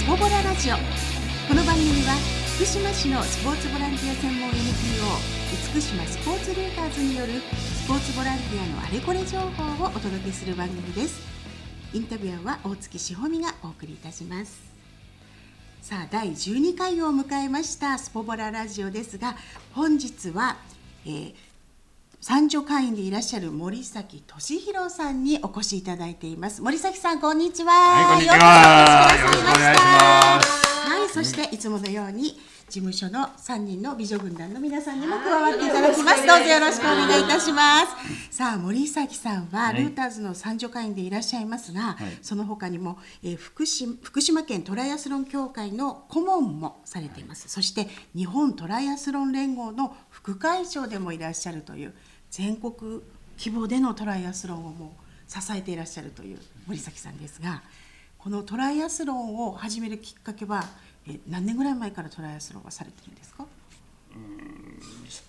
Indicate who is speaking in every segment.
Speaker 1: しょうこの番組は福島市のスポーツボランティア専門 NPO 福島スポーツリーダーズによるスポーツボランティアのあれこれ情報をお届けする番組ですインタビュアーは大月しほみがお送りいたしますさあ第12回を迎えましたスポボララジオですが本日は、えー三助会員でいらっしゃる森崎俊弘さんにお越しいただいています森崎さんこんにちは、
Speaker 2: はいこんにちは
Speaker 1: ようこそお越しくださ
Speaker 2: よろしくお願いします
Speaker 1: はい、そしていつものように事務所の3人の美女軍団の皆さんにも加わっていただきます。どうぞよろしくお願いいたします。さあ、森崎さんはルーターズの三助会員でいらっしゃいますが、
Speaker 2: い
Speaker 1: その他にも、えー福島福島県トライアスロン協会の顧問もされています。そして日本トライアスロン連合の副会長でもいらっしゃるという全国規模でのトライアスロンをもう支えていらっしゃるという森崎さんですが。このトライアスロンを始めるきっかけは、え何年ぐらい前からトライアスロンはされてるんですか？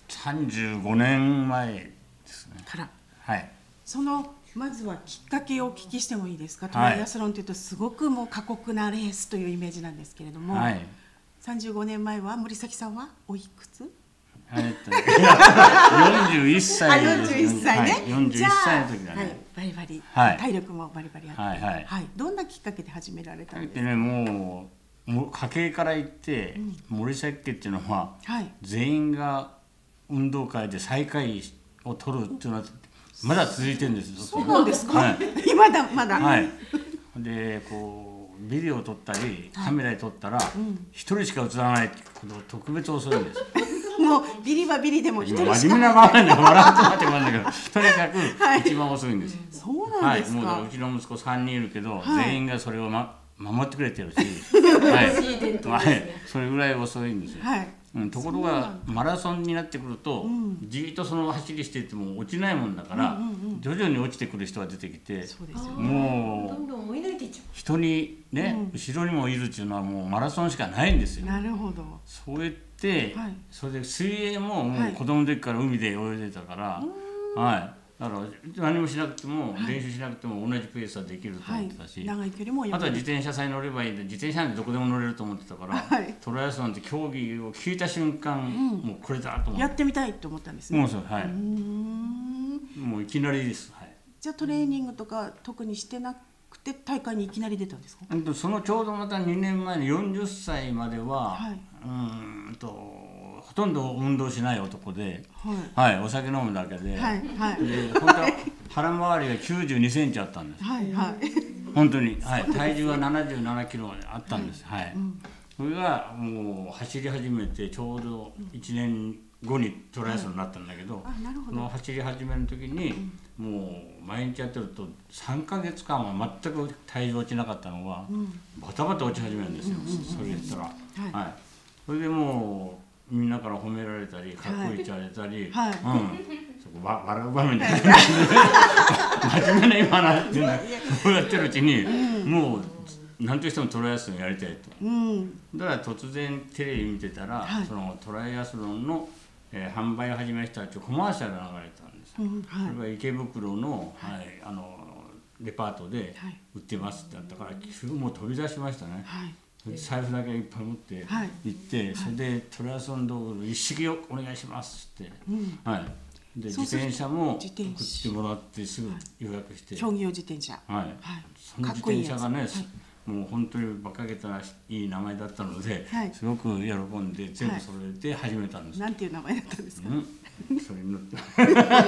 Speaker 2: 35年前ですね
Speaker 1: から、
Speaker 2: はい
Speaker 1: そのまずはきっかけをお聞きしてもいいですか？
Speaker 2: い
Speaker 1: トライアスロンというとすごくもう過酷なレースというイメージなんですけれども、
Speaker 2: はい
Speaker 1: 35年前は森崎さんはおいくつ？
Speaker 2: えっとい や41
Speaker 1: あ、
Speaker 2: 歳で
Speaker 1: 41
Speaker 2: す
Speaker 1: 歳ね。
Speaker 2: はい、41
Speaker 1: じゃあ
Speaker 2: 歳の時だね、
Speaker 1: はい、バリバリ、
Speaker 2: はい
Speaker 1: 体力もバリバリあって、
Speaker 2: はいはい
Speaker 1: どんなきっかけで始められたんです
Speaker 2: で
Speaker 1: か？
Speaker 2: ねもうもう家系から言って、森崎家っていうのは、
Speaker 1: はい
Speaker 2: 全員が運動会で最下位を取るっていうのはまだ続いてるんですよ
Speaker 1: そうなんですか？
Speaker 2: は い
Speaker 1: まだまだ。
Speaker 2: はい、でこうビデオを撮ったりカメラで撮ったら一、人しか映らないってことを特別恐れるんです
Speaker 1: もうビリはビリでも一
Speaker 2: 今
Speaker 1: 人し
Speaker 2: 真
Speaker 1: か
Speaker 2: 面目な場面で笑ってもらってもらうんだ けどとにかく一番遅いんです、
Speaker 1: そうな
Speaker 2: は
Speaker 1: ん
Speaker 2: い
Speaker 1: です
Speaker 2: もうだ
Speaker 1: か、
Speaker 2: からうちの息子3人いるけど、
Speaker 1: はい
Speaker 2: 全員がそれを、ま、守ってくれてるし、 はいはい、それぐらい遅いんですよ、
Speaker 1: はい
Speaker 2: うん、ところがマラソンになってくると、じーっとその走りしてても落ちないもんだから、徐々に落ちてくる人が出てきて
Speaker 1: そうですよね
Speaker 2: も
Speaker 3: ど
Speaker 2: うん
Speaker 3: どん追い抜いていっちゃう。
Speaker 2: 人にね、後ろにもいるっていうのはもうマラソンしかないんですよ。
Speaker 1: なるほど
Speaker 2: そうやって、
Speaker 1: はい
Speaker 2: それで水泳も
Speaker 1: は
Speaker 2: も
Speaker 1: いう
Speaker 2: 子供の時から海で泳いでたから、はいだから何もしなくても、練習しなくても同じペースはできると
Speaker 1: は
Speaker 2: 思っ
Speaker 1: い
Speaker 2: てたし、
Speaker 1: 長い距離も
Speaker 2: あ
Speaker 1: や
Speaker 2: とは自転車さえ乗ればいいんで自転車なんてどこでも乗れると思ってたか ら、
Speaker 1: はい
Speaker 2: トライアスロンって競技を聞いた瞬間、もうこれだと思
Speaker 1: や
Speaker 2: っ
Speaker 1: っててみたいと思ったんですね
Speaker 2: もうそうはい、
Speaker 1: うーん
Speaker 2: もういきなりですはい。
Speaker 1: じゃあトレーニングとか特にしてなくて大会にいきなり出たんですか
Speaker 2: うんとそのちょうどまた2年前の40歳までは、
Speaker 1: はい
Speaker 2: うんとほとんど運動しない男で、
Speaker 1: はい
Speaker 2: はい、お酒飲むだけで、
Speaker 1: はいはい
Speaker 2: で本当は腹回りが9 2センチあったんです
Speaker 1: はいはい
Speaker 2: 本当に、はい、体重は7 7キロあったんです、はいそれがもう走り始めてちょうど1年後にトライアスロンになったんだけど、
Speaker 1: あなるほ
Speaker 2: そ
Speaker 1: ど
Speaker 2: の走り始めの時に、もう毎日やってると3ヶ月間は全く体重落ちなかったのが、バタバタ落ち始めるんですよ、それ言ったら、
Speaker 1: い
Speaker 2: はいそれでもうみんなから褒められたりかっこいいって言われたり、
Speaker 1: はい
Speaker 2: うん、そこわ笑う場面じゃない 真面目な今なってなこうやってるうちに、もう何としてもトライアスロンやりたいと。
Speaker 1: うん
Speaker 2: だから突然テレビ見てたら、
Speaker 1: はい
Speaker 2: そのトライアスロンの、えー販売を始めましたっていうコマーシャルが流れてたんです、
Speaker 1: うんは
Speaker 2: それが池袋の,、はいあのデパートで
Speaker 1: はい
Speaker 2: 売ってますってあったから急にもう飛び出しましたね、
Speaker 1: はい
Speaker 2: それで財布だけいっぱい持って
Speaker 1: はい
Speaker 2: 行って、それでトライアスロン道具の一式をお願いしますって、はい、で
Speaker 1: そ
Speaker 2: 自
Speaker 1: うすると
Speaker 2: 転車も
Speaker 1: 自
Speaker 2: 送
Speaker 1: 転車
Speaker 2: ってもらってすぐ予約して、
Speaker 1: 競技用自転車
Speaker 2: はい
Speaker 1: はい
Speaker 2: その
Speaker 1: かっ
Speaker 2: 自
Speaker 1: こい
Speaker 2: 転
Speaker 1: いや
Speaker 2: 車
Speaker 1: つ
Speaker 2: がね、
Speaker 1: はい
Speaker 2: もう本当に馬鹿げたいい名前だったので、
Speaker 1: はい
Speaker 2: すごく喜んで全
Speaker 1: は
Speaker 2: 部
Speaker 1: い
Speaker 2: それで始めたんです。
Speaker 1: なんていう名前だったんですか
Speaker 2: うん、それに乗 って、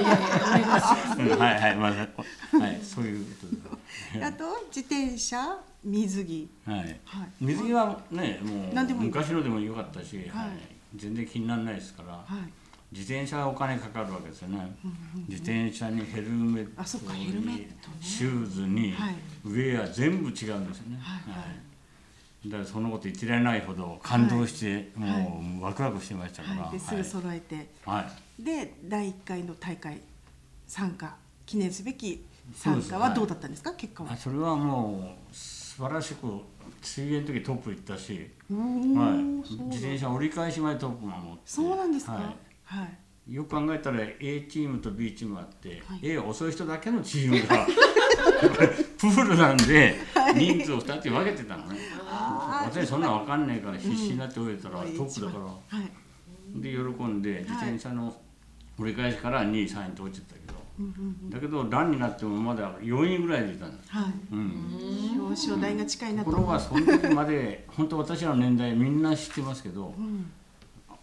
Speaker 2: うんはいはい、まだ、はい、そういうことで
Speaker 1: あと自転車水着
Speaker 2: はい。
Speaker 1: はい
Speaker 2: 水着はね、も
Speaker 1: 何で
Speaker 2: う
Speaker 1: もいい
Speaker 2: 昔のでもよかったし、
Speaker 1: は
Speaker 2: はいい、全然気にならないですから、
Speaker 1: はい
Speaker 2: 自転車はお金かかるわけですよね、自転車にヘルメッ
Speaker 1: あそっか
Speaker 2: トに
Speaker 1: ヘルメットね
Speaker 2: シューズに、
Speaker 1: はい
Speaker 2: ウェア全部違うんですよね、
Speaker 1: はいはい
Speaker 2: だからそのこと言ってられないほど感動して、
Speaker 1: はい
Speaker 2: もう、ワクワクしてましたから、
Speaker 1: はいですぐ揃えて
Speaker 2: はい
Speaker 1: で第1回の大会参加記念すべき
Speaker 2: そう
Speaker 1: 参
Speaker 2: です
Speaker 1: 加はどうだったんですか結果
Speaker 2: あ
Speaker 1: は。
Speaker 2: それはもう素晴らしく水泳の時トップ行ったし、
Speaker 1: お
Speaker 2: はい
Speaker 1: ー、そう
Speaker 2: 自転車折り返しまでトップ守って
Speaker 1: そうなんですか。
Speaker 2: はい
Speaker 1: はい。
Speaker 2: よく考えたら A チームと B チームがあって、
Speaker 1: はい
Speaker 2: A は遅い人だけのチーム がプールなんで人数を2つに分けてたのね。
Speaker 1: あわー
Speaker 2: 私そんなんわかんないから必死になって泳いでたら
Speaker 1: う
Speaker 2: ト
Speaker 1: ん
Speaker 2: ップだから
Speaker 1: はい、
Speaker 2: で喜んで自転車の折り返しから2位3位に落ちてたけど
Speaker 1: うんうん
Speaker 2: だけど段になってもまだ4位ぐらいでいたんだ
Speaker 1: はい、
Speaker 2: うん
Speaker 1: 表彰台が近いな
Speaker 2: と
Speaker 1: と
Speaker 2: ころがその時まで本当私らの年代みんな知ってますけど
Speaker 1: う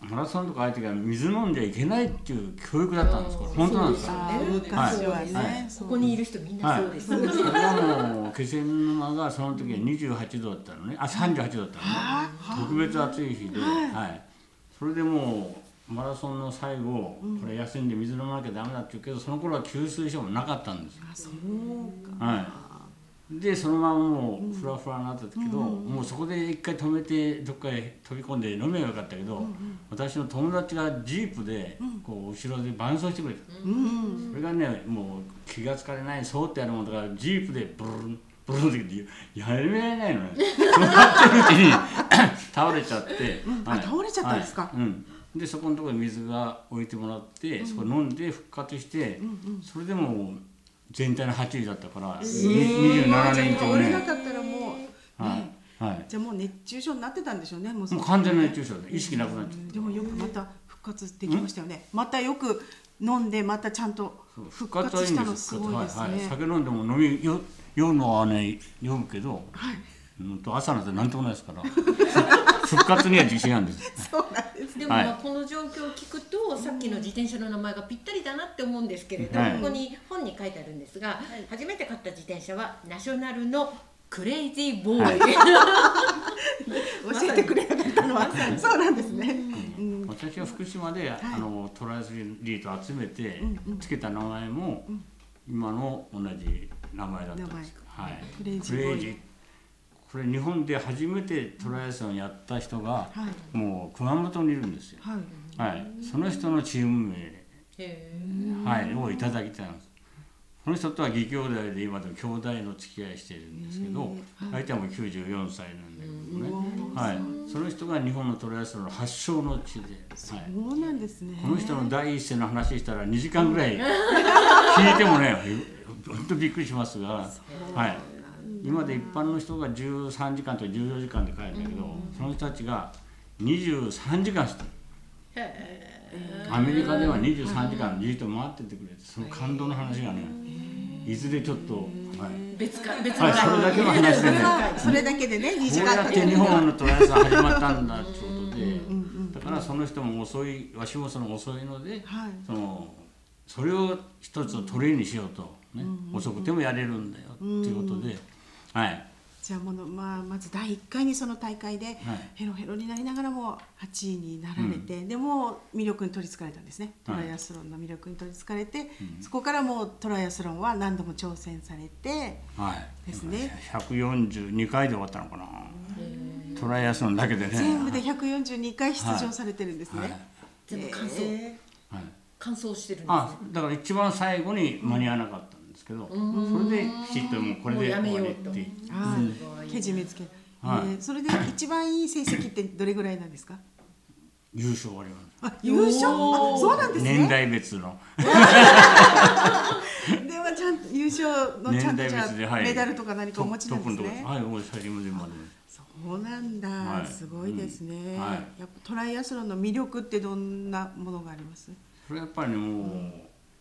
Speaker 1: ん、
Speaker 2: マラソンとかああいう時は水飲んじゃいけないっていう教育だったんですこれ本当なんですか
Speaker 1: ああ
Speaker 3: そうですよね
Speaker 1: 昔はね、
Speaker 3: はい
Speaker 1: そ
Speaker 3: こ
Speaker 1: う
Speaker 3: こにいる人みんな
Speaker 2: はい
Speaker 3: そうです。
Speaker 2: それはもう気仙沼がその時は28度だったのねあ38度だったのね
Speaker 1: ああ
Speaker 2: 特別暑い日で、
Speaker 1: はい
Speaker 2: はい、それでもうマラソンの最後これ休んで水飲まなきゃダメだって言うけどその頃は給水所もなかったんですよ
Speaker 1: あそうか、
Speaker 2: はでそのままもうフラフラになったけど、
Speaker 1: うん
Speaker 2: もうそこで一回止めてどっかへ飛び込んで飲めばよかったけど、私の友達がジープでこう後ろで伴走してくれた、
Speaker 1: うん、
Speaker 2: それがねもう気がつかれないそうってやるもんだからジープでブルンブルンって言ってやめられないの ね そうなってるうちに倒れちゃって、
Speaker 1: あ倒れちゃったんですか
Speaker 2: はいうん、でそこのところに水が置いてもらって、そこ飲んで復活して、それでもう全体の8位だったから、に27年
Speaker 1: じゃあ
Speaker 2: 中
Speaker 1: 折れな
Speaker 2: ね
Speaker 1: かったらもう、
Speaker 2: は
Speaker 1: ね
Speaker 2: い、はい、
Speaker 1: じゃあもう熱中症になってたんでしょうねもうそ
Speaker 2: もう完全な熱中症で意識なくなっちゃって
Speaker 1: でもよくまた復活できましたよね、またよく飲んでまたちゃんと
Speaker 2: そう
Speaker 1: 復活したのす
Speaker 2: 復
Speaker 1: ご
Speaker 2: 活はいい
Speaker 1: です
Speaker 2: はい
Speaker 1: ね
Speaker 2: 酒飲んでも飲みよ酔うのはね酔うけど、うんと朝なんて何ともないですから 復活には自信あるんです
Speaker 1: そうなんです
Speaker 3: でも
Speaker 2: はい
Speaker 3: まあこの状況を聞くと、さっきの自転車の名前がぴったりだなって思うんですけれど、
Speaker 2: はい
Speaker 3: ここに本に書いてあるんですが、初めて買った自転車はナショナルのクレイジーボーイ、
Speaker 1: 教えてくれなかったのはそうなんですね、うん
Speaker 2: 私は福島で、あのトライアスリートを集めてつけた名前も、今の同じ名前だったんですはい
Speaker 1: クレイジーボーイ
Speaker 2: ーこれ日本で初めてトライアスロンやった人が、
Speaker 1: はい
Speaker 2: もう熊本にいるんですよ、
Speaker 1: はい
Speaker 2: はい、その人のチーム名
Speaker 3: へ
Speaker 2: はい、をいただきたいんです。この人とは義兄弟で今でも兄弟の付き合いしてるんですけど、相手はもう94歳なんだけどね、はい、その人が日本のトライアスロンの発祥の地で、はい、
Speaker 1: そうなんですね
Speaker 2: この人の第一声の話したら2時間ぐら い聞いてもね本当びっくりしますが、はい、今まで一般の人が13時間と14時間で帰るんだけど、その人たちが23時間してる。
Speaker 3: えへ
Speaker 2: アメリカでは23時間じっと回っててくれてその感動の話がねいずれちょっと、はい、
Speaker 3: え別か別
Speaker 2: は
Speaker 3: の
Speaker 2: い、それだけの話
Speaker 1: そ
Speaker 2: で
Speaker 1: れ
Speaker 2: ね
Speaker 1: はそれだけでね2
Speaker 2: こ
Speaker 1: 時
Speaker 2: う
Speaker 1: 間
Speaker 2: や
Speaker 1: か
Speaker 2: っ
Speaker 1: け
Speaker 2: て
Speaker 1: て
Speaker 2: 日本のトライアスが始まったんだってことでだからその人も遅いわしもその遅いので
Speaker 1: はい
Speaker 2: そのそれを一つのトレーにしようと、ね、遅くてもやれるんだよっていうことで、はい、
Speaker 1: じゃあもの、まあ、まず第1回にその大会でヘロヘロになりながらも8位になられて、でもう魅力に取りつかれたんですねト
Speaker 2: はい
Speaker 1: ライアスロンの魅力に取りつかれて、そこからもうトライアスロンは何度も挑戦されて
Speaker 2: はい、
Speaker 1: ですね
Speaker 2: 142回で終わったのかなトライアスロンだけでね。
Speaker 1: 全部で142回出場されてるんですね。
Speaker 2: はい
Speaker 3: 全部完走、
Speaker 1: え
Speaker 2: はい
Speaker 3: 完走してるんです、ね
Speaker 2: あ。だから一番最後に間に合わなかったんですけど、それできちっともうこれで終わりって
Speaker 3: もうやめよ
Speaker 1: ーは
Speaker 3: すごい
Speaker 1: い、けじめつけ、
Speaker 2: はい
Speaker 1: えーそれで一番いい成績ってどれぐらいなんですか
Speaker 2: 優勝終わりま
Speaker 1: あ優勝あ
Speaker 3: おー
Speaker 1: そうなんですす
Speaker 2: 年
Speaker 1: ね
Speaker 2: 代別の
Speaker 1: ではちゃんと優勝のちゃん
Speaker 2: 年
Speaker 1: と
Speaker 2: 代
Speaker 1: じゃあ
Speaker 2: 別で、はい、
Speaker 1: メダルとか何かお持ちなんです
Speaker 2: トップの
Speaker 1: ね
Speaker 2: とこはいもう最初までまで
Speaker 1: そうなんだ、
Speaker 2: はい
Speaker 1: すごいですね、
Speaker 2: うんはい
Speaker 1: やっぱトライアスロンの魅力ってどんなものがあります
Speaker 2: それはやっぱりねもう、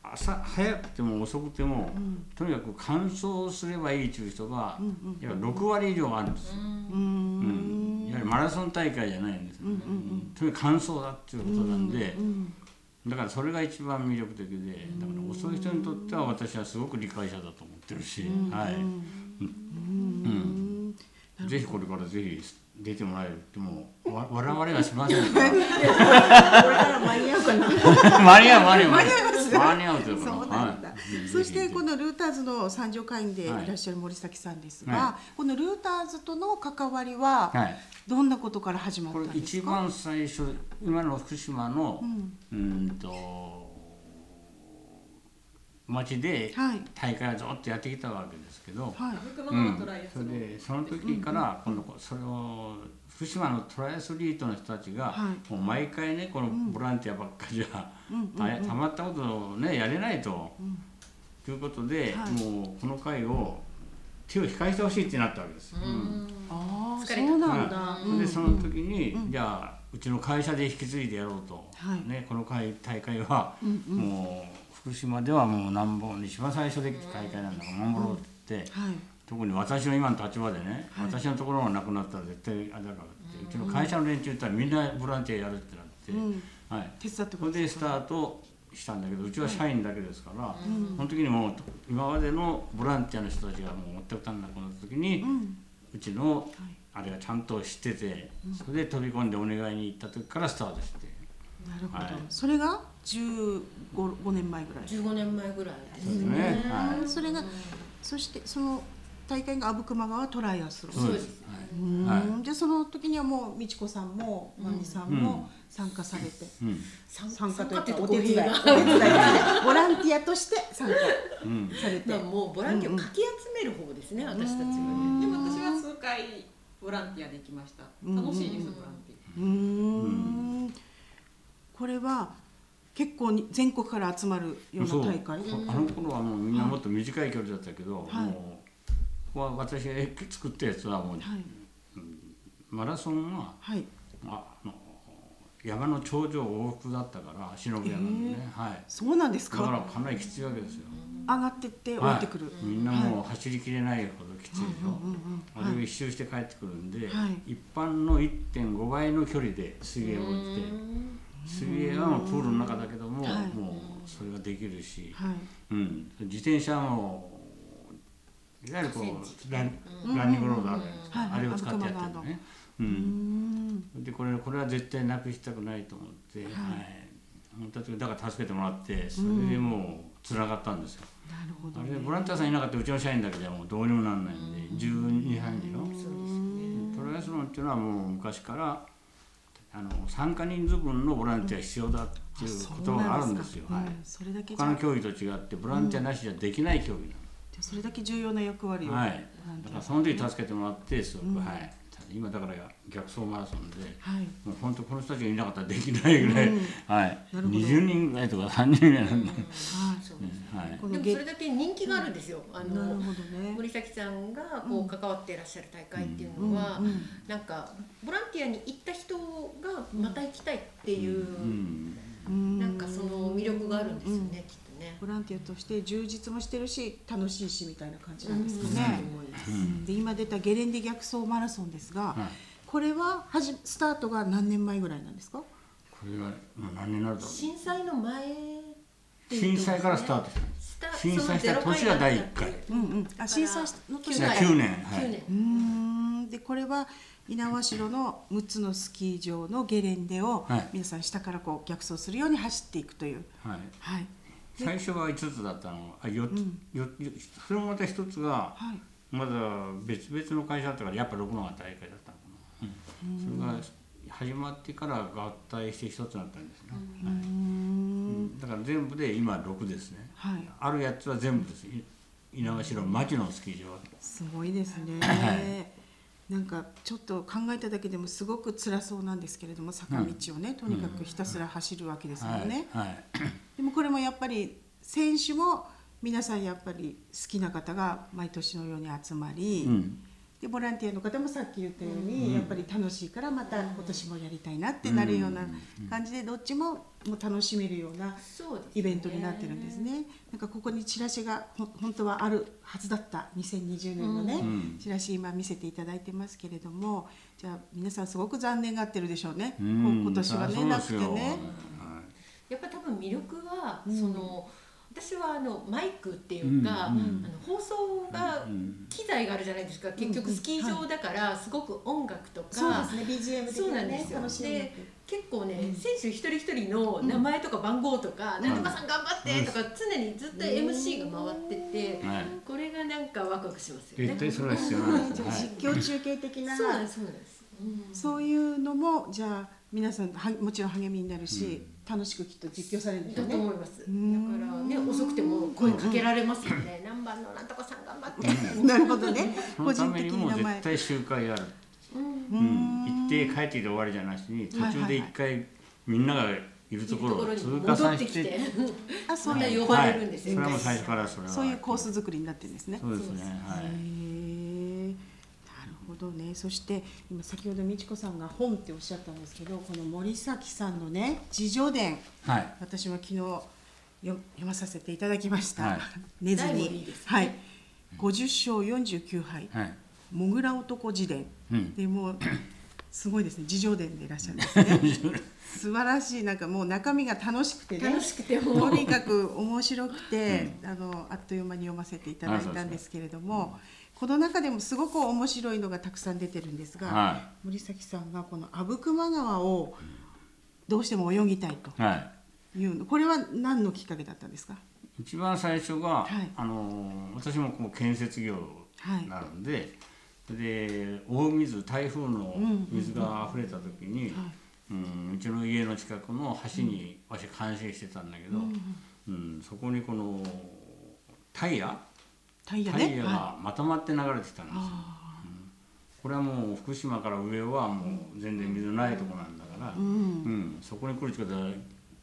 Speaker 2: 朝早くても遅くても、とにかく乾燥すればいいという人が、やっぱ6割以上あるんですよ、
Speaker 1: うーん
Speaker 2: うんやはりマラソン大会じゃないんですよね、とにかく乾燥だっていうことなんで、だからそれが一番魅力的でだから遅い人にとっては私はすごく理解者だと思ってるし、はい、うんぜひこれからぜひ出てもらえるってもうわ笑われはしませんから
Speaker 3: これから間に合うかな。
Speaker 2: 間に合う間に合う
Speaker 1: 間に合います
Speaker 2: 間に合うという
Speaker 1: そ
Speaker 2: か
Speaker 1: うなんだ、
Speaker 2: はい
Speaker 1: そしてこ
Speaker 2: ぜ
Speaker 1: のルーターズの参上会員でい
Speaker 2: はい
Speaker 1: らっしゃる森崎さんですが、
Speaker 2: は
Speaker 1: このルーターズとの関わり
Speaker 2: ひぜひ
Speaker 1: は
Speaker 2: はい
Speaker 1: どんなことから始まった
Speaker 2: これ
Speaker 1: んです
Speaker 2: 一
Speaker 1: か、
Speaker 2: 番最初今の福島の
Speaker 1: ん
Speaker 2: うーんと町で
Speaker 1: はい
Speaker 2: 大会をずっとやってきたわけですけど、
Speaker 1: はい、
Speaker 2: うん、それでその時から今度こうそれを福島のトライアスリートの人たちが
Speaker 1: は
Speaker 2: もう毎回ねこのボランティアばっかりじゃ大変たまったことをねやれないと。ということで
Speaker 1: はい
Speaker 2: もうこの会を手を控えてほしいってなったわけです、
Speaker 3: う
Speaker 2: うん
Speaker 3: ん
Speaker 1: ああ
Speaker 3: 疲れた
Speaker 1: そう
Speaker 3: う
Speaker 1: なんだ、
Speaker 3: ん
Speaker 1: うん
Speaker 2: でその時に、
Speaker 1: うん
Speaker 2: じゃあうちの会社で引き継いでやろうと、
Speaker 1: はい
Speaker 2: ね、この会大会は、
Speaker 1: うんうん
Speaker 2: もう福島ではもう南本一番最初できた大会なんだから守ろうって言って、
Speaker 1: はい
Speaker 2: 特に私の今の立場でね、
Speaker 1: はい
Speaker 2: 私のところがなくなったら絶対あれだからって、うちの会社の連中ってみんなボランティアやるってなって、
Speaker 1: うん、
Speaker 2: はい、
Speaker 1: 手伝って
Speaker 2: そ
Speaker 1: く
Speaker 2: れ
Speaker 1: れ
Speaker 2: でスタートしたんだけどうちは社員だけですから、
Speaker 1: うん
Speaker 2: その時にもう今までのボランティアの人たちがもう全く足んなくなった時に、
Speaker 1: うん
Speaker 2: うちの
Speaker 1: は
Speaker 2: あれがちゃんと知ってて、それで飛び込んでお願いに行った時からスタートして、
Speaker 1: い、なるほど、
Speaker 2: はい
Speaker 1: それが15 5年前ぐらい
Speaker 3: 15年前ぐらいです
Speaker 2: そうですねはい
Speaker 1: それがそしてその大会が阿武隈川トライアスロン
Speaker 2: そうで
Speaker 3: そうですす。
Speaker 2: はいう
Speaker 1: ーん
Speaker 2: は
Speaker 1: じゃあその時にはもう美智子さんもまみさん
Speaker 2: うん
Speaker 1: も参加されて、
Speaker 2: うん
Speaker 1: 参加というか
Speaker 3: 参加というか
Speaker 1: お手伝いお手伝い
Speaker 3: お手
Speaker 1: ボランティアとして参加
Speaker 2: うん
Speaker 1: さ れて、
Speaker 3: まあもうボランティアをかき集める方ですね、私たちはね。
Speaker 4: でも私は数回ボランティアで行きました。
Speaker 1: うん
Speaker 4: 楽しいですボランティ
Speaker 1: うーんこれは結構に全国から集まるような大会
Speaker 2: そうあの頃はもうみんなもっと短い距離だったけど、
Speaker 1: はい
Speaker 2: もうここは私が作ったやつはもう
Speaker 1: はい
Speaker 2: マラソンは
Speaker 1: はい
Speaker 2: ああの山の頂上往復だったから忍び屋なんでね、はい
Speaker 1: そうなんです
Speaker 2: だから
Speaker 1: か
Speaker 2: かなりきついわけですよ、
Speaker 1: 上がってって降りてくる、
Speaker 2: みんなもう走りきれないほどきついでしょ、
Speaker 1: うんうんうん
Speaker 2: あれ
Speaker 1: は
Speaker 2: を
Speaker 1: い
Speaker 2: 一周して帰ってくるんで、
Speaker 1: は
Speaker 2: 一般の1.5倍の距離で水泳を
Speaker 3: う
Speaker 2: 打って
Speaker 3: ん
Speaker 2: 水泳はもうプールの中だけども、
Speaker 1: はい
Speaker 2: もうそれができるし、
Speaker 1: はい
Speaker 2: うん、自転車もいわゆるこ
Speaker 3: 河川
Speaker 2: うラン
Speaker 1: うん
Speaker 2: ランニングロードあるじゃないですか、
Speaker 1: はいはい
Speaker 2: あれを使ってやってるのね、う
Speaker 1: うー
Speaker 2: ん、
Speaker 1: ん
Speaker 2: でこれこれは絶対なくしたくないと思って、はい本当にだから助けてもらってそれでもうつながったんですよ、
Speaker 1: なるほど
Speaker 2: あ
Speaker 1: ね
Speaker 2: れボランティアさんいなかったらうちの社員だけではもうどうにもなんないんで12、3時のトライアスロンっていうのはもう昔からあの参加人数分のボランティア必要だっていうことがあるんですよ、
Speaker 1: そうなん
Speaker 2: はい
Speaker 1: かうんそれだけじ
Speaker 2: 他
Speaker 1: ゃ
Speaker 2: の競技と違ってボランティアなしじゃできない競技
Speaker 1: それだけ重要な役割を、
Speaker 2: なの、はい
Speaker 1: ボランティア
Speaker 2: だからその時助けてもらってすごく、
Speaker 1: うん
Speaker 2: はい今だから逆走マラソンで
Speaker 1: はい
Speaker 2: もう本当この人たちがいなかったらできないぐらい、
Speaker 1: うん
Speaker 2: はい
Speaker 1: なるほど
Speaker 2: 20人ぐらいとか30人ぐらいなんで、
Speaker 1: はい
Speaker 3: そうです
Speaker 2: はい
Speaker 1: こ
Speaker 3: で
Speaker 1: の
Speaker 3: も
Speaker 1: ゲ
Speaker 3: それだけ人気があるんですよ。あ
Speaker 1: なる
Speaker 3: の
Speaker 1: ほどね
Speaker 3: 森崎さんが
Speaker 1: う
Speaker 3: こ
Speaker 1: ん
Speaker 3: う関わっていらっしゃる大会っていう
Speaker 1: うん
Speaker 3: のは、
Speaker 1: うん
Speaker 3: なんかボランティアに行った人がまた行きたいっていう、
Speaker 2: うん
Speaker 1: うん
Speaker 3: なんかその魅力があるんですよね、きっとね。
Speaker 1: ボランティアとして充実もしてるし楽しいしみたいな感じなんですかね、
Speaker 2: う
Speaker 1: うん
Speaker 2: ん
Speaker 1: で今出たゲレンデ逆走マラソンですが、
Speaker 2: はい
Speaker 1: これははじスタートが何年前ぐらいなんですか
Speaker 2: これはもう何になるだろう
Speaker 3: 震災の前
Speaker 2: 震災からスタートしたんです
Speaker 3: スタ
Speaker 2: 震災した年が第一回
Speaker 1: うんうんあ震災の
Speaker 3: 九
Speaker 1: 年
Speaker 2: だ
Speaker 1: だ
Speaker 2: から
Speaker 1: う
Speaker 2: 九年はい
Speaker 3: 九年
Speaker 1: ーんでこれは猪苗代の6つのスキー場のゲレンデを
Speaker 2: はい
Speaker 1: 皆さん下からこう逆走するように走っていくという
Speaker 2: はい、
Speaker 1: はい
Speaker 2: 最初は5つだったのあ4つ、よよそれもまた1つが
Speaker 1: はい
Speaker 2: まだ別々の会社だったからやっぱ6のが大会だったのかな、うんそれが始まってから合体して1つになったんですね、はいう
Speaker 1: ーん
Speaker 2: だから全部で今6ですね
Speaker 1: はい
Speaker 2: あるやつは全部ですい猪苗代町のスキー場
Speaker 1: すごいですね、
Speaker 2: は
Speaker 1: なんかちょっと考えただけでもすごく辛そうなんですけれども坂道をね、とにかくひたすら走るわけですもんね、
Speaker 2: はい、はい
Speaker 1: でもこれもやっぱり選手も皆さんやっぱり好きな方が毎年のように集まり、
Speaker 2: うん
Speaker 1: でボランティアの方もさっき言ったように、やっぱり楽しいからまた今年もやりたいなってなるような感じでどっちももう楽しめるような
Speaker 3: そうですね
Speaker 1: イベントになってるんですね。なんかここにチラシがほ本当はあるはずだった2020年のね、
Speaker 2: うん
Speaker 1: チラシ今見せていただいてますけれども、じゃあ皆さんすごく残念がってるでしょうね。
Speaker 2: うん
Speaker 1: 今年は
Speaker 2: そ
Speaker 1: ね
Speaker 2: う
Speaker 1: な
Speaker 2: で
Speaker 1: く
Speaker 2: す
Speaker 1: て
Speaker 2: よ
Speaker 1: ね。
Speaker 2: はい
Speaker 3: やっぱ多分魅力は、
Speaker 1: うん
Speaker 3: その私はあのマイクっていうか、
Speaker 2: うん
Speaker 1: うん
Speaker 3: あの放送が、
Speaker 2: うん
Speaker 3: 機材があるじゃないですか結局スキー場だからすごく音楽とか、
Speaker 1: そうですね BGM 的
Speaker 3: そう
Speaker 1: な
Speaker 3: なんで
Speaker 1: ね
Speaker 3: すよ
Speaker 1: 楽しみになっ
Speaker 3: で
Speaker 1: てる
Speaker 3: 結構ね、選手一人一人の名前とか番号とか「なんとかさん頑張って」とか常にずっと MC が回ってて、
Speaker 2: はい
Speaker 3: これがなんかワクワクしますよね。
Speaker 2: 絶対それは必要なんです
Speaker 1: じ
Speaker 2: よ
Speaker 1: ゃあ
Speaker 2: はい
Speaker 1: 実況中継的な
Speaker 3: そうなんですそうなんです、うん
Speaker 1: そういうのもじゃあ皆さんはもちろん励みになるし、楽しくきっと実況されるんだ
Speaker 3: だ
Speaker 1: よ
Speaker 3: と
Speaker 1: ね。
Speaker 3: 思います。だか
Speaker 1: ん
Speaker 3: らね遅くても声かけられますよね。何番のなんとかさん頑張って。
Speaker 1: なるほどね。
Speaker 2: そ
Speaker 1: 個
Speaker 2: のた
Speaker 1: 人
Speaker 2: め
Speaker 1: 的
Speaker 2: に
Speaker 1: に
Speaker 2: もう
Speaker 1: 名前
Speaker 2: 絶。対集会やる、
Speaker 3: うん
Speaker 2: う、
Speaker 1: うんーん
Speaker 2: 行って帰ってきて終わりじゃなしに途中で一回みんながいるところを
Speaker 3: い
Speaker 2: 通
Speaker 3: う
Speaker 2: 過
Speaker 3: 戻
Speaker 2: さ
Speaker 3: っ
Speaker 2: せ
Speaker 3: てき
Speaker 2: て
Speaker 3: て、
Speaker 1: あそう
Speaker 3: ま
Speaker 1: い
Speaker 3: た
Speaker 1: う
Speaker 3: 呼ばれるんですよ
Speaker 2: はい、それはもう最初からそれは
Speaker 1: そういうコース作りになってるんですね。
Speaker 2: そうですねは
Speaker 1: へ
Speaker 2: い
Speaker 1: ーどねそして今先ほど美智子さんが本っておっしゃったんですけどこの森崎さんのね自叙伝
Speaker 2: はい
Speaker 1: 私も昨日よ読まさせていただきました、
Speaker 2: はい
Speaker 1: 寝ず
Speaker 3: だいぶいい
Speaker 1: に
Speaker 3: ですね
Speaker 1: はい50勝49敗
Speaker 2: はい
Speaker 1: 「もぐら男自伝
Speaker 2: うん」
Speaker 1: でもうすごいですね自叙伝でいらっしゃるんですね素晴らしいなんかもう中身が楽しくてね
Speaker 3: 楽しくても
Speaker 1: とにかく面白くて、あのあっという間に読ませていただい
Speaker 2: あそうで
Speaker 1: た
Speaker 2: す
Speaker 1: ん
Speaker 2: か
Speaker 1: ですけれども、この中でもすごく面白いのがたくさん出てるんですが、
Speaker 2: は
Speaker 1: 森崎さんがこの阿武隈川をどうしても泳ぎたいと
Speaker 2: いはい
Speaker 1: いうのこれは何のきっかけだったんですか
Speaker 2: 一番最初が、
Speaker 1: はい
Speaker 2: あの私もこう建設業になるんで、で大水台風の水が溢れた時に、
Speaker 1: は
Speaker 2: うんうちの家の近くの橋にわし監視してたんだけど、うんそこにこのタイヤ
Speaker 1: タイヤ
Speaker 2: タイ
Speaker 1: ね
Speaker 2: ヤ
Speaker 1: は
Speaker 2: がまとまって流れてきたんですよ、
Speaker 1: あ
Speaker 2: これはもう福島から上はもう全然水ないとこなんだから、
Speaker 1: いうん
Speaker 2: うんそこに来るってことは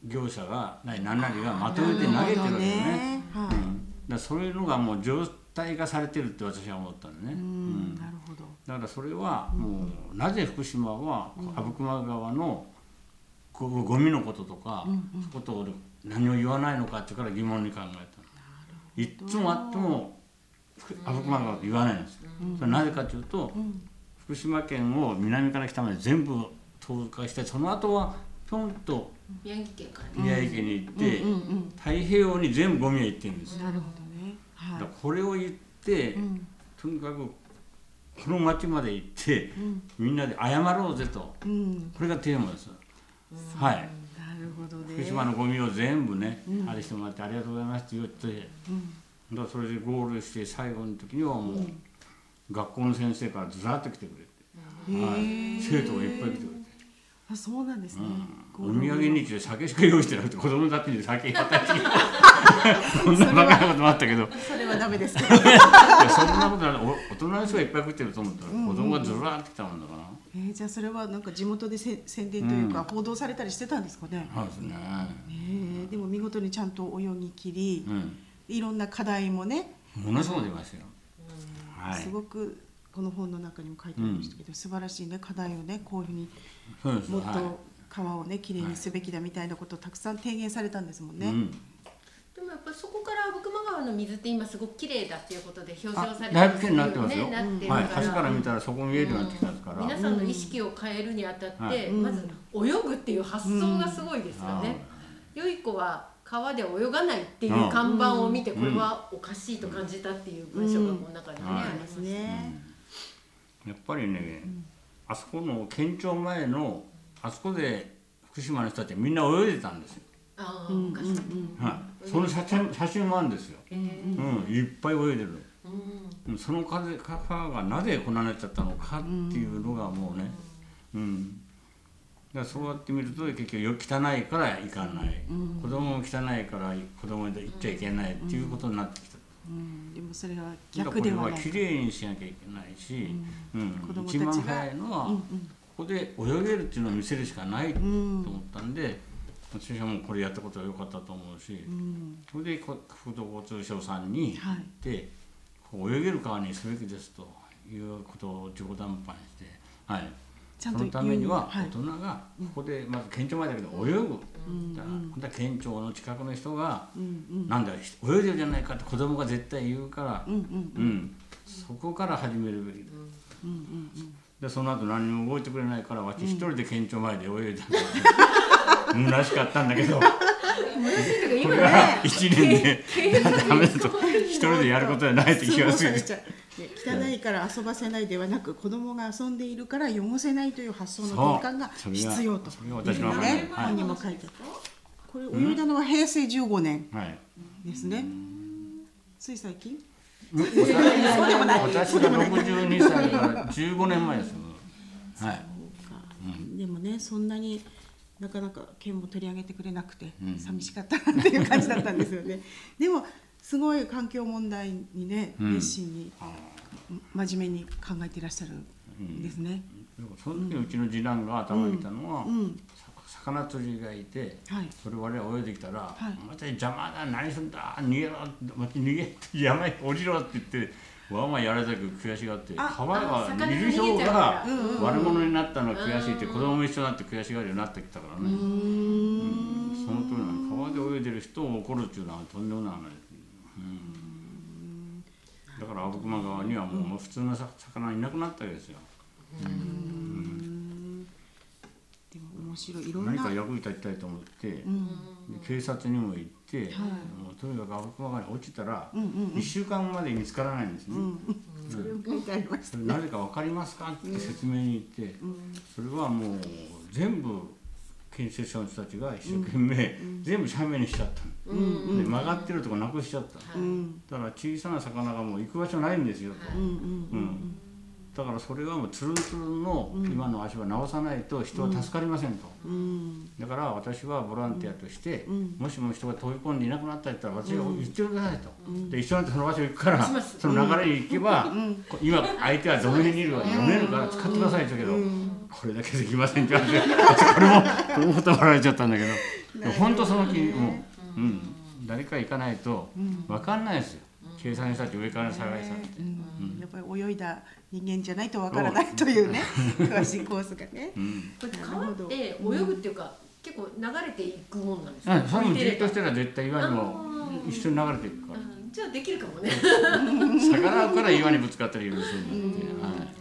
Speaker 2: 業者がない何なりがまとめて投げてるわけです
Speaker 1: なる
Speaker 2: ね。
Speaker 1: ほどねは
Speaker 2: う
Speaker 1: い、
Speaker 2: んだからそういうのがもう状態化されてるって私は思ったんだね、
Speaker 1: う
Speaker 2: うん
Speaker 1: ん、なるほど
Speaker 2: だからそれはもうなぜ福島は阿武隈川のこうゴミのこととか、そういうことを何を言わないのかっていうから疑問に考えたのいっつもあってもふ阿武隈川って言わないんですよ、それはなぜかというと、福島県を南から北まで全部通過してその後はぴょんと
Speaker 3: 宮城県からね
Speaker 2: 宮城県に行って、
Speaker 1: うんうん
Speaker 2: 太平洋に全部ゴミが行ってるんですよ
Speaker 1: なるほどねは
Speaker 2: だ
Speaker 1: い
Speaker 2: からこれを言って、
Speaker 1: ん
Speaker 2: とにかくこの町まで行って、みんなで謝ろうぜと
Speaker 1: うん
Speaker 2: これがテーマです、はい
Speaker 1: なるほどね
Speaker 2: 福島のゴミを全部ね、あれしてもらってありがとうございますって言って、だからそれでゴールして最後の時にはもう、学校の先生からずらっと来てくれて、はい、生徒がいっぱい来てくれて。
Speaker 1: あそうなんですね、
Speaker 2: お土産にって酒しか用意してなくて子供だってに酒や ったりこんなバカなこともあったけど
Speaker 1: それはダメですけど
Speaker 2: いやそんなことないお大人の人がいっぱい食ってると思ったら子供がずらーってきたもんだから、
Speaker 1: えー、じゃあそれはなんか地元でせ宣伝というか報道されたりしてたんですかね、
Speaker 2: そうですね、
Speaker 1: えーでも見事にちゃんと泳ぎきり、
Speaker 2: う
Speaker 1: いろんな課題もね、
Speaker 2: ん、ものすごく出ましたよ、はい
Speaker 1: すごくこの本の中にも書いてありましたけど、素晴らしいね課題をねこういうふうに
Speaker 2: そうです
Speaker 1: もっ
Speaker 2: は
Speaker 1: と川をねきれいにすべきだみたいなことをたくさん提言されたんですもん
Speaker 2: い
Speaker 1: ね、
Speaker 2: うん、
Speaker 3: でもやっぱりそこから阿武隈川の水って今すごく綺麗だっていうことで表彰され
Speaker 2: あ
Speaker 3: て
Speaker 2: だいぶ綺麗になってますよ、
Speaker 3: ねなってる
Speaker 2: はい、
Speaker 3: から
Speaker 2: 橋から見たらそこ見えるようになってきたんですから、
Speaker 3: 皆さんの意識を変えるにあた
Speaker 2: うん
Speaker 3: っ
Speaker 2: は
Speaker 3: て、
Speaker 2: い
Speaker 3: まず泳ぐっていう発想がすごいですよね。良い子は川で泳がないっていう看板を見て
Speaker 2: う
Speaker 3: こ
Speaker 2: ん
Speaker 3: れはおかしいと感じたっていう文章がこの中にね
Speaker 2: うん
Speaker 3: あ
Speaker 1: あり
Speaker 3: り
Speaker 1: ま
Speaker 3: ますすね。
Speaker 1: ね、
Speaker 2: やっぱりね、あそこの県庁前のあそこで福島の人たちみんな泳いでたんですよ、
Speaker 3: ああ、おかしい。
Speaker 2: はい、その写真写真もあるんですよ、うん、いっぱい泳いでるの
Speaker 3: うん
Speaker 2: うんその風川がなぜこんなになっちゃったのかっていうのがもうね、うんだからそうやって見ると結局よ汚いから行かない、子供も汚いから子供で行っちゃいけないっていうことになってきた、
Speaker 1: うん、でもそれは
Speaker 2: だ
Speaker 1: 逆
Speaker 2: から
Speaker 1: で
Speaker 2: こ
Speaker 1: は
Speaker 2: れ
Speaker 1: な
Speaker 2: はいきれいにしなきゃいけないし、うん
Speaker 1: 子供たち
Speaker 2: 一
Speaker 1: が
Speaker 2: 番早いのは、ここで泳げるっていうのを見せるしかないと思ったんで、私はもうこれやったことが良かったと思うし、それでこ国土交通省さんに行って、こう泳げる川にすべきですということを自己談判して、はい、
Speaker 1: ちゃんと
Speaker 2: そのためには
Speaker 1: 言う
Speaker 2: 大
Speaker 1: に
Speaker 2: 人がここでまず県庁前だけど泳ぐ、だから今度は県庁の近くの人が「なんだよ泳いでるじゃないか」って子供が絶対言うから、うんそこから始めるべきだ、でその後何も動いてくれないから私一人で県庁前で泳いだんだけど、虚しかったんだけどこ
Speaker 3: てか
Speaker 2: れ
Speaker 3: 今ね
Speaker 2: は1年でダメだと一人でやることはないって気がす
Speaker 1: そう
Speaker 2: る
Speaker 1: されちゃうね汚いから遊ばせないではなく子供が遊んでいるから汚せないという発想の転換が
Speaker 2: そう
Speaker 1: 必要と
Speaker 2: それが私の
Speaker 1: いう
Speaker 2: 考
Speaker 1: ね
Speaker 2: え
Speaker 1: 本にも書いてあるこれ泳いだのは平成15年
Speaker 2: はい
Speaker 1: ですねつい最近
Speaker 3: そうでもない。
Speaker 2: 私が62歳だから15年前ですよはい
Speaker 1: でもねそんなになかなか県も取り上げてくれなくて寂しかったなっていう感じだったんですよねでもすごい環境問題にね
Speaker 2: うん
Speaker 1: 熱心に真面目に考えていらっしゃるんですね
Speaker 2: でもその時うちの次男が頭にきたのは、
Speaker 1: うん
Speaker 2: さ魚釣りがいて、
Speaker 1: はい
Speaker 2: それ我々泳いできたら「
Speaker 1: い
Speaker 2: お前たち邪魔だ何すんだ逃げろまた逃げて山へ降りろ」って言ってわんわんやられたけど悔しがって
Speaker 1: あ
Speaker 2: ハワイ
Speaker 3: あ
Speaker 2: は
Speaker 3: 魚
Speaker 2: い
Speaker 3: が
Speaker 2: る
Speaker 3: 逃
Speaker 2: 人
Speaker 3: げちゃうから
Speaker 2: が
Speaker 1: うんうんうん
Speaker 2: 悪者になったのは悔しいって
Speaker 3: うん
Speaker 2: 子供も一緒になって悔しがるようになってきたから
Speaker 1: うー
Speaker 2: ね、うん
Speaker 1: ん
Speaker 2: その通りなの川で泳いでる人を怒るっていうのはとんでもない話、うん、だから阿武隈川にはもう普通のさ魚いなくなったわけですよ
Speaker 1: でも面白いいろん
Speaker 2: 何
Speaker 1: な
Speaker 2: か役に立ちたいと思って、
Speaker 1: うん
Speaker 2: で警察にも行って、もうとにかく阿武隈川に落ちたら、
Speaker 1: うんうん
Speaker 2: 1週間まで見つからないんですね、
Speaker 1: それを書いてありまし
Speaker 2: それなぜか分かりますかって説明に行って、それはもう全部建設者の人たちが一生懸命、全部斜面にしちゃったの、で曲がってるとこなくしちゃった、
Speaker 1: た。うん
Speaker 2: だから小さな魚がもう行く場所ないんですよと、
Speaker 1: うんうん
Speaker 2: うんだからそれはもうつるんつるんの今の足は直さないと人は助かりませんと、
Speaker 1: うん
Speaker 2: だから私はボランティアとして、
Speaker 1: ん
Speaker 2: もしも人が飛び込んでいなくなったら言ったら私が言ってくださいと、で一緒になってその場所行くから、
Speaker 3: ます
Speaker 2: その流れに行けば、こ今相手はどの辺にいるか読めるから使ってくださいって言ったけど、これだけできませんって言われてこれもこれも断られちゃったんだけどでも本当その気にもう、うん、誰か行かないと分かんないですよ、計算したって上から探したって。
Speaker 1: うんやっぱり泳いだ人間じゃないとわからないというね詳しいコースがね。
Speaker 2: うん
Speaker 3: これ
Speaker 1: な
Speaker 3: 川
Speaker 1: る
Speaker 3: っ
Speaker 1: ほど
Speaker 3: て泳ぐっていうか、結構流れていくもんなんです
Speaker 2: う
Speaker 3: か。
Speaker 2: ん、それも
Speaker 3: 浮
Speaker 2: じ
Speaker 3: いてれ
Speaker 2: っと
Speaker 3: ば
Speaker 2: してたら絶対岩にも一緒に流れていくから
Speaker 3: うんじゃあできるかもね。
Speaker 2: 逆らうから岩にぶつかったりするんだって、はい
Speaker 1: なる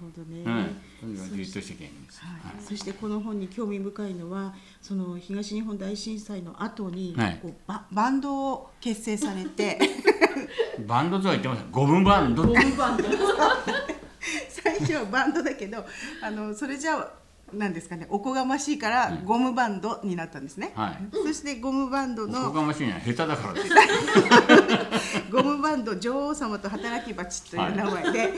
Speaker 1: ほどね。
Speaker 2: はい、とにかくじっとしてけんです。
Speaker 1: はい、そしてこの本に興味深いのはその東日本大震災の後に、
Speaker 2: はい
Speaker 1: こうババンドを結成されて
Speaker 2: バンドとは言ってません。ゴムバンドって。
Speaker 1: 最初はバンドだけどあのそれじゃあなんですかねおこがましいからゴムバンドになったんですね、
Speaker 2: はい
Speaker 1: そしてゴムバンド
Speaker 2: おこ
Speaker 1: の
Speaker 2: がましいな、下手だからです。
Speaker 1: ゴムバンド女王様と働き蜂という名前で、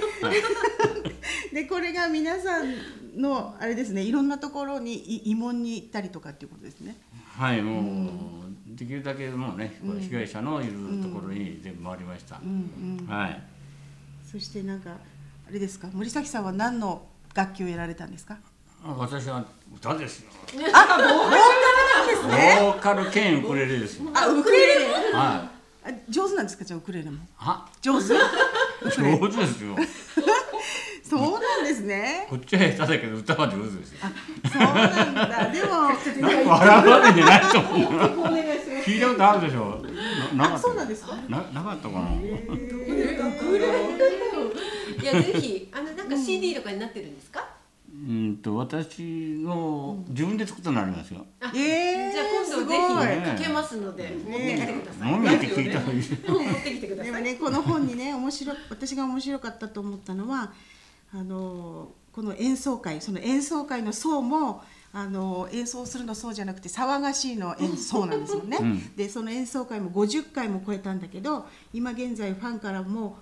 Speaker 1: でこれが皆さんのあれですねいろんなところにい慰問に行ったりとかっていうことですね。
Speaker 2: はい、もう、できるだけもうね、被害者のいるところに全部回りました。はい。
Speaker 1: そしてなんかあれですか森崎さんは何の楽器をやられたんですか
Speaker 2: あ私は歌ですよ。
Speaker 1: です
Speaker 2: ボ
Speaker 1: ね
Speaker 2: ーカル兼ウクレレですよ。
Speaker 1: あウクレレも
Speaker 2: は
Speaker 1: あ上手なんですかじゃあウクレレも
Speaker 2: い。あ、
Speaker 1: 上手
Speaker 2: 上手ですよ。
Speaker 1: そうなんですね
Speaker 2: こっちは下手だけど、歌は上手ですよ。
Speaker 1: そうなんだでも
Speaker 2: なんか笑うわけじゃないと思う。
Speaker 4: お願いします。
Speaker 2: 聞いたことあるでしょな、なか
Speaker 1: あ
Speaker 2: った
Speaker 1: そう
Speaker 2: よ
Speaker 1: なんですか
Speaker 2: な、なかったかな。
Speaker 3: いやぜひあのなんか CD とかになってるんですか。
Speaker 2: うんと、私の、自分で作ったのありますよ。
Speaker 3: あ
Speaker 1: えー
Speaker 3: じゃあ今
Speaker 1: す
Speaker 3: 度
Speaker 1: ご
Speaker 3: ぜ
Speaker 1: い
Speaker 3: ひかけますので持ってきてください。
Speaker 2: 飲みに行って聞いたのに。
Speaker 3: 持ってきてくだ
Speaker 1: で
Speaker 3: さい。
Speaker 1: もねこの本にね面白私が面白かったと思ったのはあのこの演奏会その演奏会の層もあの演奏するの層じゃなくて騒がしいの演奏なんですもんね。
Speaker 2: ん
Speaker 1: でその演奏会も50回も超えたんだけど今現在ファンからも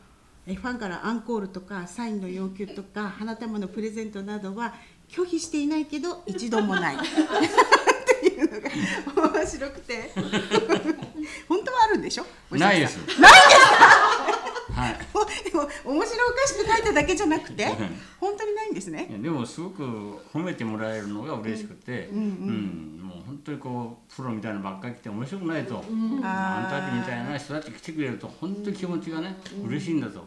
Speaker 1: えファンからアンコールとかサインの要求とか花束のプレゼントなどは拒否していないけど一度も ない。っていうのが面白くて本当はあるんでしょ
Speaker 2: ないです。ないです
Speaker 1: おでも面白おかしく書いただけじゃなくて
Speaker 2: うん
Speaker 1: 本当にないんです
Speaker 2: はい
Speaker 1: ね。
Speaker 2: いや。でもすごく褒めてもらえるのが嬉しくて、うん、もう本当にこうプロみたいなのばっかり来て面白くないと、あんたたちみたいな人たち来てくれると本当に気持ちがね、嬉しいんだと。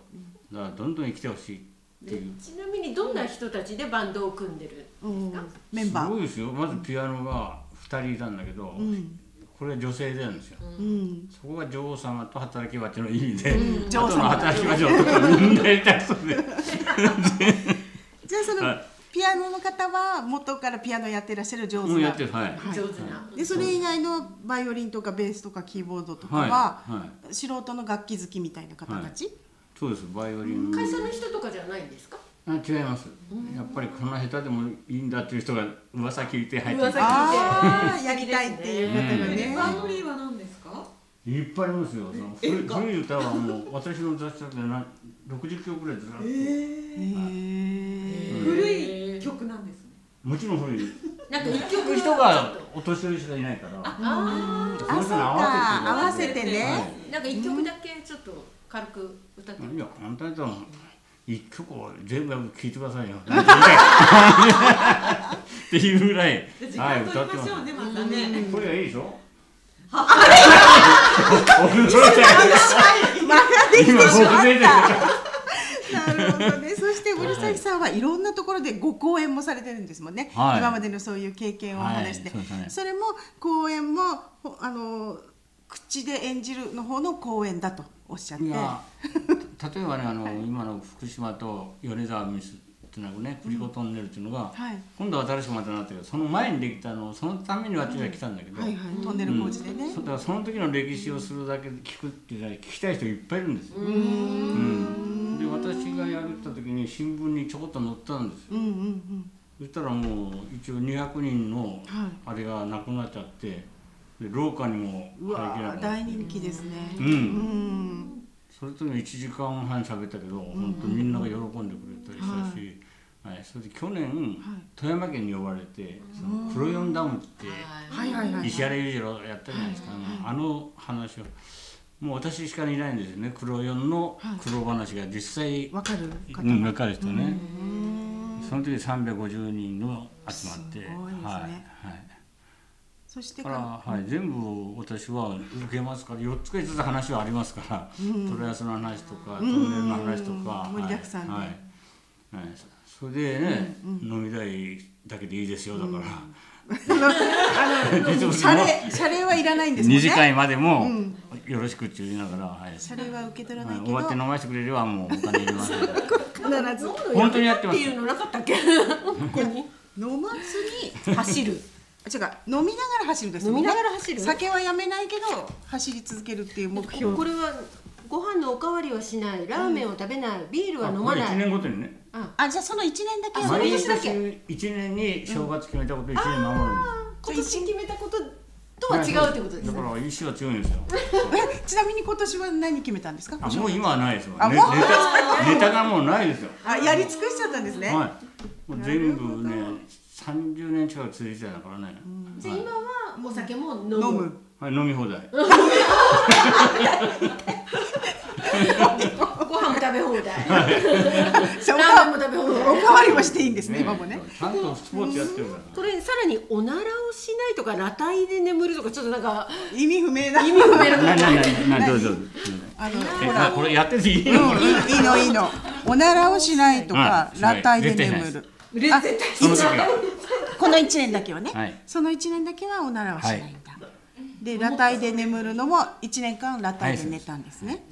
Speaker 2: だからどんどん生きてほしいっていう。
Speaker 3: ちなみにどんな人たちでバンドを組んでる。
Speaker 1: うんメン
Speaker 2: す
Speaker 1: バ
Speaker 2: ご
Speaker 1: ー。
Speaker 2: いですよ。まずピアノが二人いたんだけど、
Speaker 1: ん
Speaker 2: これは女性なんですよ。
Speaker 1: うん、
Speaker 2: そこが女王様と働き蜂の意味で、
Speaker 1: ん
Speaker 2: 女王様の働き蜂をみんなやりたいそうで。
Speaker 1: じゃあその、
Speaker 2: はい
Speaker 1: ピアノの方は元からピアノやってらっしゃる上手
Speaker 2: も
Speaker 1: な。
Speaker 2: うやってるは
Speaker 1: は
Speaker 2: い。
Speaker 1: い
Speaker 3: 上手な。
Speaker 1: でそれ以外のバイオリンとかベースとかキーボードとかは、
Speaker 2: はいは
Speaker 1: 素人の楽器好きみたいな方たち、
Speaker 2: そうですバイオリン
Speaker 3: 会社の人とかじゃないんですか。
Speaker 2: あ違いますやっぱりこんな下手でもいいんだっていう人が噂聞いて入ってき
Speaker 3: 噂
Speaker 2: て
Speaker 1: あー
Speaker 3: 聞いて。
Speaker 1: やりたいっていう方がね
Speaker 4: バンドリーは何ですか？
Speaker 2: いっぱいありますよその古い古い歌はもう私の雑誌だってな60曲ぐらいずらっと、
Speaker 1: へえ
Speaker 4: 古い曲なんですね。
Speaker 2: もちろん古い
Speaker 3: なんか一
Speaker 2: 聞
Speaker 3: 曲
Speaker 2: く
Speaker 3: 一
Speaker 2: 人
Speaker 3: 曲
Speaker 2: がお年寄りしかいないから
Speaker 3: あ
Speaker 2: そ
Speaker 1: あ
Speaker 2: の
Speaker 1: そう
Speaker 2: 人に
Speaker 1: か合わせてね、
Speaker 2: はい
Speaker 3: あ。なんか一曲だけちょっと軽く歌って。
Speaker 2: いや簡単だ一曲を全部聴いてくださいよっていうぐらい、
Speaker 4: 時
Speaker 2: は
Speaker 4: 間
Speaker 2: い、
Speaker 4: 取
Speaker 2: 歌っ
Speaker 4: り
Speaker 2: てま
Speaker 4: ますしょうねまたね。
Speaker 2: これがいいでしょ驚いた
Speaker 1: 曲できてし
Speaker 2: 今
Speaker 1: ま
Speaker 2: 僕出
Speaker 1: ってた。
Speaker 2: た
Speaker 1: なるほど ね。そして森崎さんはいろんなところでご講演もされてるんですもんね。
Speaker 2: はい
Speaker 1: 今までのそういう経験をお話して、
Speaker 2: はいそうですね
Speaker 1: それも講演もほあの口で演じるの方の講演だとおっしゃって。
Speaker 2: いや例えばねあの、今の福島と米沢ミスつなぐね栗子トンネルっていうのが、
Speaker 1: はい
Speaker 2: 今度は新しくまたなったけどその前にできたのそのために私は来たんだけど、
Speaker 1: はいはい。トンネル工事でね。
Speaker 2: そだからその時の歴史をするだけで聞くっていうのは聞きたい人いっぱいいるんですよ、
Speaker 1: うーん。
Speaker 2: で私がやるって時に新聞にちょこっと載ったんです
Speaker 1: うん
Speaker 2: よ
Speaker 1: うんうん。
Speaker 2: そしたらもう一応200人の
Speaker 1: はい
Speaker 2: あれがなくなっちゃってで廊下にも
Speaker 1: うわ
Speaker 2: 入れな
Speaker 1: ー
Speaker 2: くなって
Speaker 1: 大人気ですね。
Speaker 2: う
Speaker 1: うんん。
Speaker 2: それとも1時間半喋ったけど、本当みんなが喜んでくれたりしたし、はいそれで去年、富山県に呼ばれてその黒四ダムって、
Speaker 1: はいはいはい。
Speaker 2: 石原裕次郎やったじゃないですか、あの話をもう私しかいないんですよね黒四の苦労話が実際、
Speaker 1: わかる方
Speaker 2: う
Speaker 1: が。
Speaker 2: ん、分かる人ね、
Speaker 1: うん
Speaker 2: その時350人の集まって
Speaker 1: すごいですね
Speaker 2: はいはい
Speaker 1: そして
Speaker 2: だか
Speaker 1: から
Speaker 2: ら、はい、全部私は受けますから4つか5つ話はありますから、トライアスの話とか、トンネルの話とか、
Speaker 1: うん盛りだくさんで
Speaker 2: はいはいはいそれでね、飲み代だけでいいですよだから、
Speaker 1: あの、 あ
Speaker 2: 実
Speaker 1: の、
Speaker 2: 物
Speaker 1: 謝礼、謝礼はいらないんですもん
Speaker 2: 2
Speaker 1: ね。
Speaker 2: 次会までもよろしくって言いながら、はい
Speaker 1: 謝礼は受け取ら
Speaker 2: は
Speaker 1: ないいけ
Speaker 2: 終
Speaker 1: ど、
Speaker 2: わって飲ませてくれればもうお金いりません
Speaker 1: 必ず
Speaker 2: 本当にやってます
Speaker 3: っていうのなかったっけここに
Speaker 1: 飲まずに
Speaker 3: 走る
Speaker 1: 違う飲みながら走るです
Speaker 3: 飲
Speaker 1: もん
Speaker 3: み
Speaker 1: ね
Speaker 3: ながら走る
Speaker 1: 酒はやめないけど走り続けるっていう目標
Speaker 3: これはご飯のおかわりはしないラーメンを食べないビールは飲まな
Speaker 2: 1
Speaker 3: い
Speaker 2: 年ごとにね
Speaker 1: あじゃあその一年だけ
Speaker 3: その
Speaker 2: 毎
Speaker 3: 年
Speaker 2: 年
Speaker 3: だけ
Speaker 2: 1年に正月決めたこと1年守るんです
Speaker 3: 今年決めたこととは違うってことです
Speaker 2: だ
Speaker 3: ね
Speaker 2: から意志は強いんですよ
Speaker 1: えちなみに今年は何決めたんですか
Speaker 2: あもう今はないですよ、ね、
Speaker 1: あ
Speaker 2: ネ
Speaker 1: もう
Speaker 2: タネタがもうないですよ
Speaker 1: あやり尽くしちゃったんですね、
Speaker 2: はい、もう全部ね30年近く続いてたからね、
Speaker 3: じゃあ今はお酒も飲む
Speaker 1: 飲む
Speaker 2: はい、飲み放題
Speaker 3: ご飯も食べ放題
Speaker 1: そう
Speaker 3: ラーメンも食べ放題
Speaker 1: おかわりもしていいんですね今もね
Speaker 2: ちゃんとスポーツやってるから
Speaker 3: これさらにおならをしないとか裸体で眠るとかちょっとなんか
Speaker 1: 意味不明な
Speaker 3: 意味不明
Speaker 2: な
Speaker 3: な
Speaker 2: なななどうぞどうぞ
Speaker 1: あの
Speaker 2: えあこれやってていいの、
Speaker 1: うんいいいいのいいのおならをしないとか
Speaker 2: はいしない
Speaker 1: 裸体で
Speaker 2: 絶対しな
Speaker 1: 眠
Speaker 2: いで
Speaker 1: る
Speaker 3: 絶対
Speaker 2: その時は
Speaker 1: この一年だけはね、
Speaker 2: はい
Speaker 1: その一年だけはおならをしないんだ、で裸体で眠るのも一年間裸体で寝たんですね、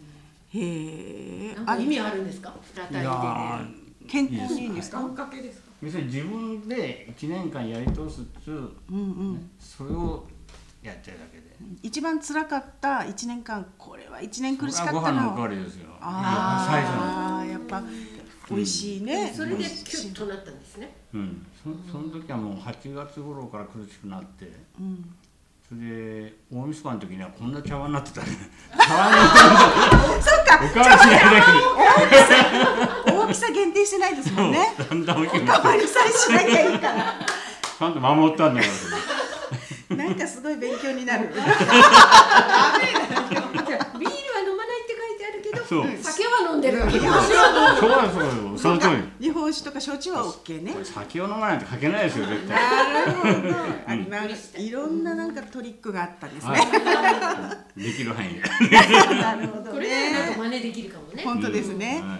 Speaker 1: へえ
Speaker 3: なん
Speaker 1: あ
Speaker 3: か意味あるんですか裸
Speaker 2: いや
Speaker 3: 体
Speaker 1: 健康にいいんですか
Speaker 4: 願掛けですか
Speaker 2: ー要するに自分で1年間やり通すっつう
Speaker 1: うんうん
Speaker 2: それをやってるだけで
Speaker 1: 一番辛かった一年間これは一年苦しかった
Speaker 2: これはご飯のおか
Speaker 1: の
Speaker 2: わりですよ最初の
Speaker 1: ああやっぱ美味しいね、
Speaker 3: でそれでキュッとなったんですね
Speaker 2: うん、そその時はもう8月頃から苦しくなって、それで大晦日の時にはこんな茶碗になってたね 茶碗に
Speaker 1: そっか
Speaker 2: おかわりしないだ
Speaker 1: 大きさ限定してないですもんね
Speaker 2: けでだんだん大きく
Speaker 1: お
Speaker 2: なっ
Speaker 1: か
Speaker 2: て
Speaker 1: わりさえしなきゃいいから
Speaker 2: ちゃんと守ったんだから
Speaker 1: なんかすごい勉強になる。
Speaker 3: じゃあビールは飲まないって書いてあるけど
Speaker 2: そう
Speaker 3: 酒は飲んでる
Speaker 2: そうだそうだその通り
Speaker 1: 日本酒とか焼酎は OK ね
Speaker 2: こ。れ酒を飲まないと書けないですよ絶対、
Speaker 1: なるほど。あなんかいろんななんかトリックがあったんですね。
Speaker 2: はい、できる範囲で、
Speaker 1: なるほど
Speaker 3: これならなん
Speaker 1: ね
Speaker 3: か。真似できるかもね
Speaker 1: 本当ですね。
Speaker 2: はい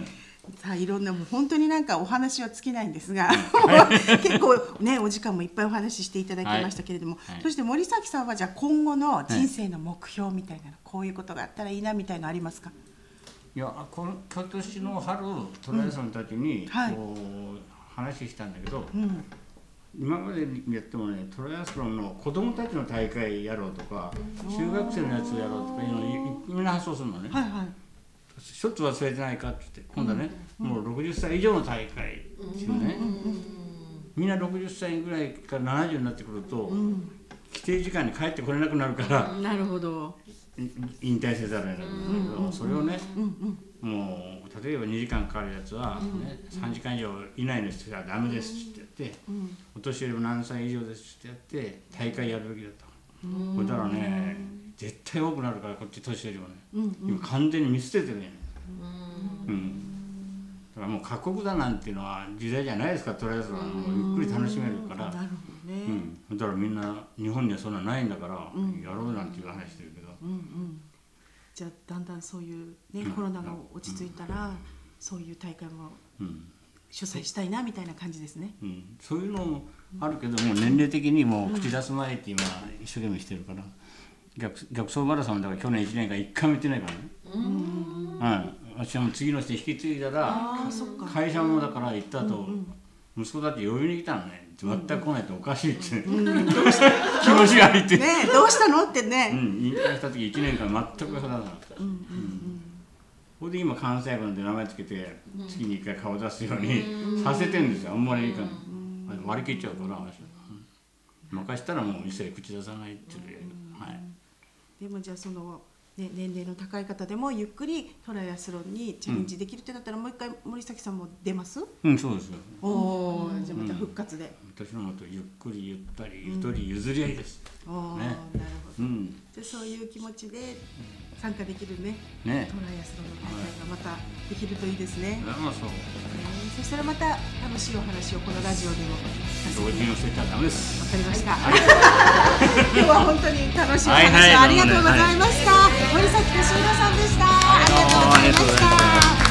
Speaker 1: さあいろんなもう本当になんかお話は尽きないんですが、 結構ねお時間もいっぱいお話ししていただきましたけれども、
Speaker 2: はいはい
Speaker 1: そして森崎さんはじゃあ今後の人生の目標みたいなの、こういうことがあったらいいなみたいのありますか。
Speaker 2: いやあこの今年の春トライアスロンたちに
Speaker 1: んはい
Speaker 2: こう話したんだけど、
Speaker 1: うん。
Speaker 2: 今までやってもねトライアスロンの子供たちの大会やろうとか中学生のやつやろうとかいうのをみんな発想するのね
Speaker 1: はいはい。
Speaker 2: 一つ忘れてないかって言って今度はねもう60歳以上の大会っていうねみんな60歳ぐらいから70になってくると規定時間に帰ってこれなくなるから
Speaker 1: なるほど。
Speaker 2: い引退せざるを得なくなるけどそれをねもう例えば2時間かかるやつは、ね3時間以上以内の人はダメですって言って、お年寄りも何歳以上ですってやって大会やるべきだと、これだからね絶対多くなるからこっち年寄りもね、今完全に見捨ててるやん、うん、だからもう過酷だなんていうのは時代じゃないですかとりあえずはもうゆっくり楽しめるから、
Speaker 1: なるほどね。
Speaker 2: うん、だからみんな日本にはそんなないんだから、やろうなんていう話してるけど、
Speaker 1: じゃあだんだんそういう、ね
Speaker 2: うん、
Speaker 1: コロナが落ち着いたら、そういう大会も
Speaker 2: うん
Speaker 1: 主催したいなみたいな感じですね。
Speaker 2: うん、そういうのもあるけどもう年齢的にもう口出す前って今一生懸命してるから逆逆走マラソンだから去年1年間1回も行ってないからね、
Speaker 1: うん、
Speaker 2: うん、私はもう次の人引き継いだら
Speaker 1: ああ、そっか。
Speaker 2: 会社もだから行った後、
Speaker 1: うん
Speaker 2: 息子だって余裕に来たのね全く来ないとおかしいって、 気持ちが入って、
Speaker 1: ねえ、どうしたのって
Speaker 2: うん
Speaker 1: ね。、
Speaker 2: 引退した時1年間全く肌だなかった
Speaker 1: うん、うん、
Speaker 2: これで今関西文で名前つけて月に1回顔出すようにさせてんですよあんまりいいから割り切っちゃうから私はうん任したらもう一切口出さないっていうやり方はい
Speaker 1: うん。でも、じゃあ、その。ね、年齢の高い方でもゆっくりトライアスロンにチャレンジできるってなったら、もう一回森崎さんも出ます
Speaker 2: うんそうですよ
Speaker 1: おお、じゃあまた復活で、
Speaker 2: 私のもっとゆっくりゆったりゆとり譲り合いです
Speaker 1: おお、
Speaker 2: ね
Speaker 1: なるほ
Speaker 2: う
Speaker 1: ど
Speaker 2: ん
Speaker 1: でそういう気持ちで参加できるね
Speaker 2: ね
Speaker 1: トライアスロンの大会がまたできるといいですね、
Speaker 2: だからそう
Speaker 1: えーそしたらまた楽しいお話をこのラジオでも聞かせて
Speaker 2: 同
Speaker 1: わ
Speaker 2: 時に教えたらダメです
Speaker 1: かりました、 今日は本当に楽しいお話、
Speaker 2: はいはい
Speaker 1: ありがとうございました、森崎敏弘さんでした、ありがとうございました、
Speaker 2: どうもありがとうございました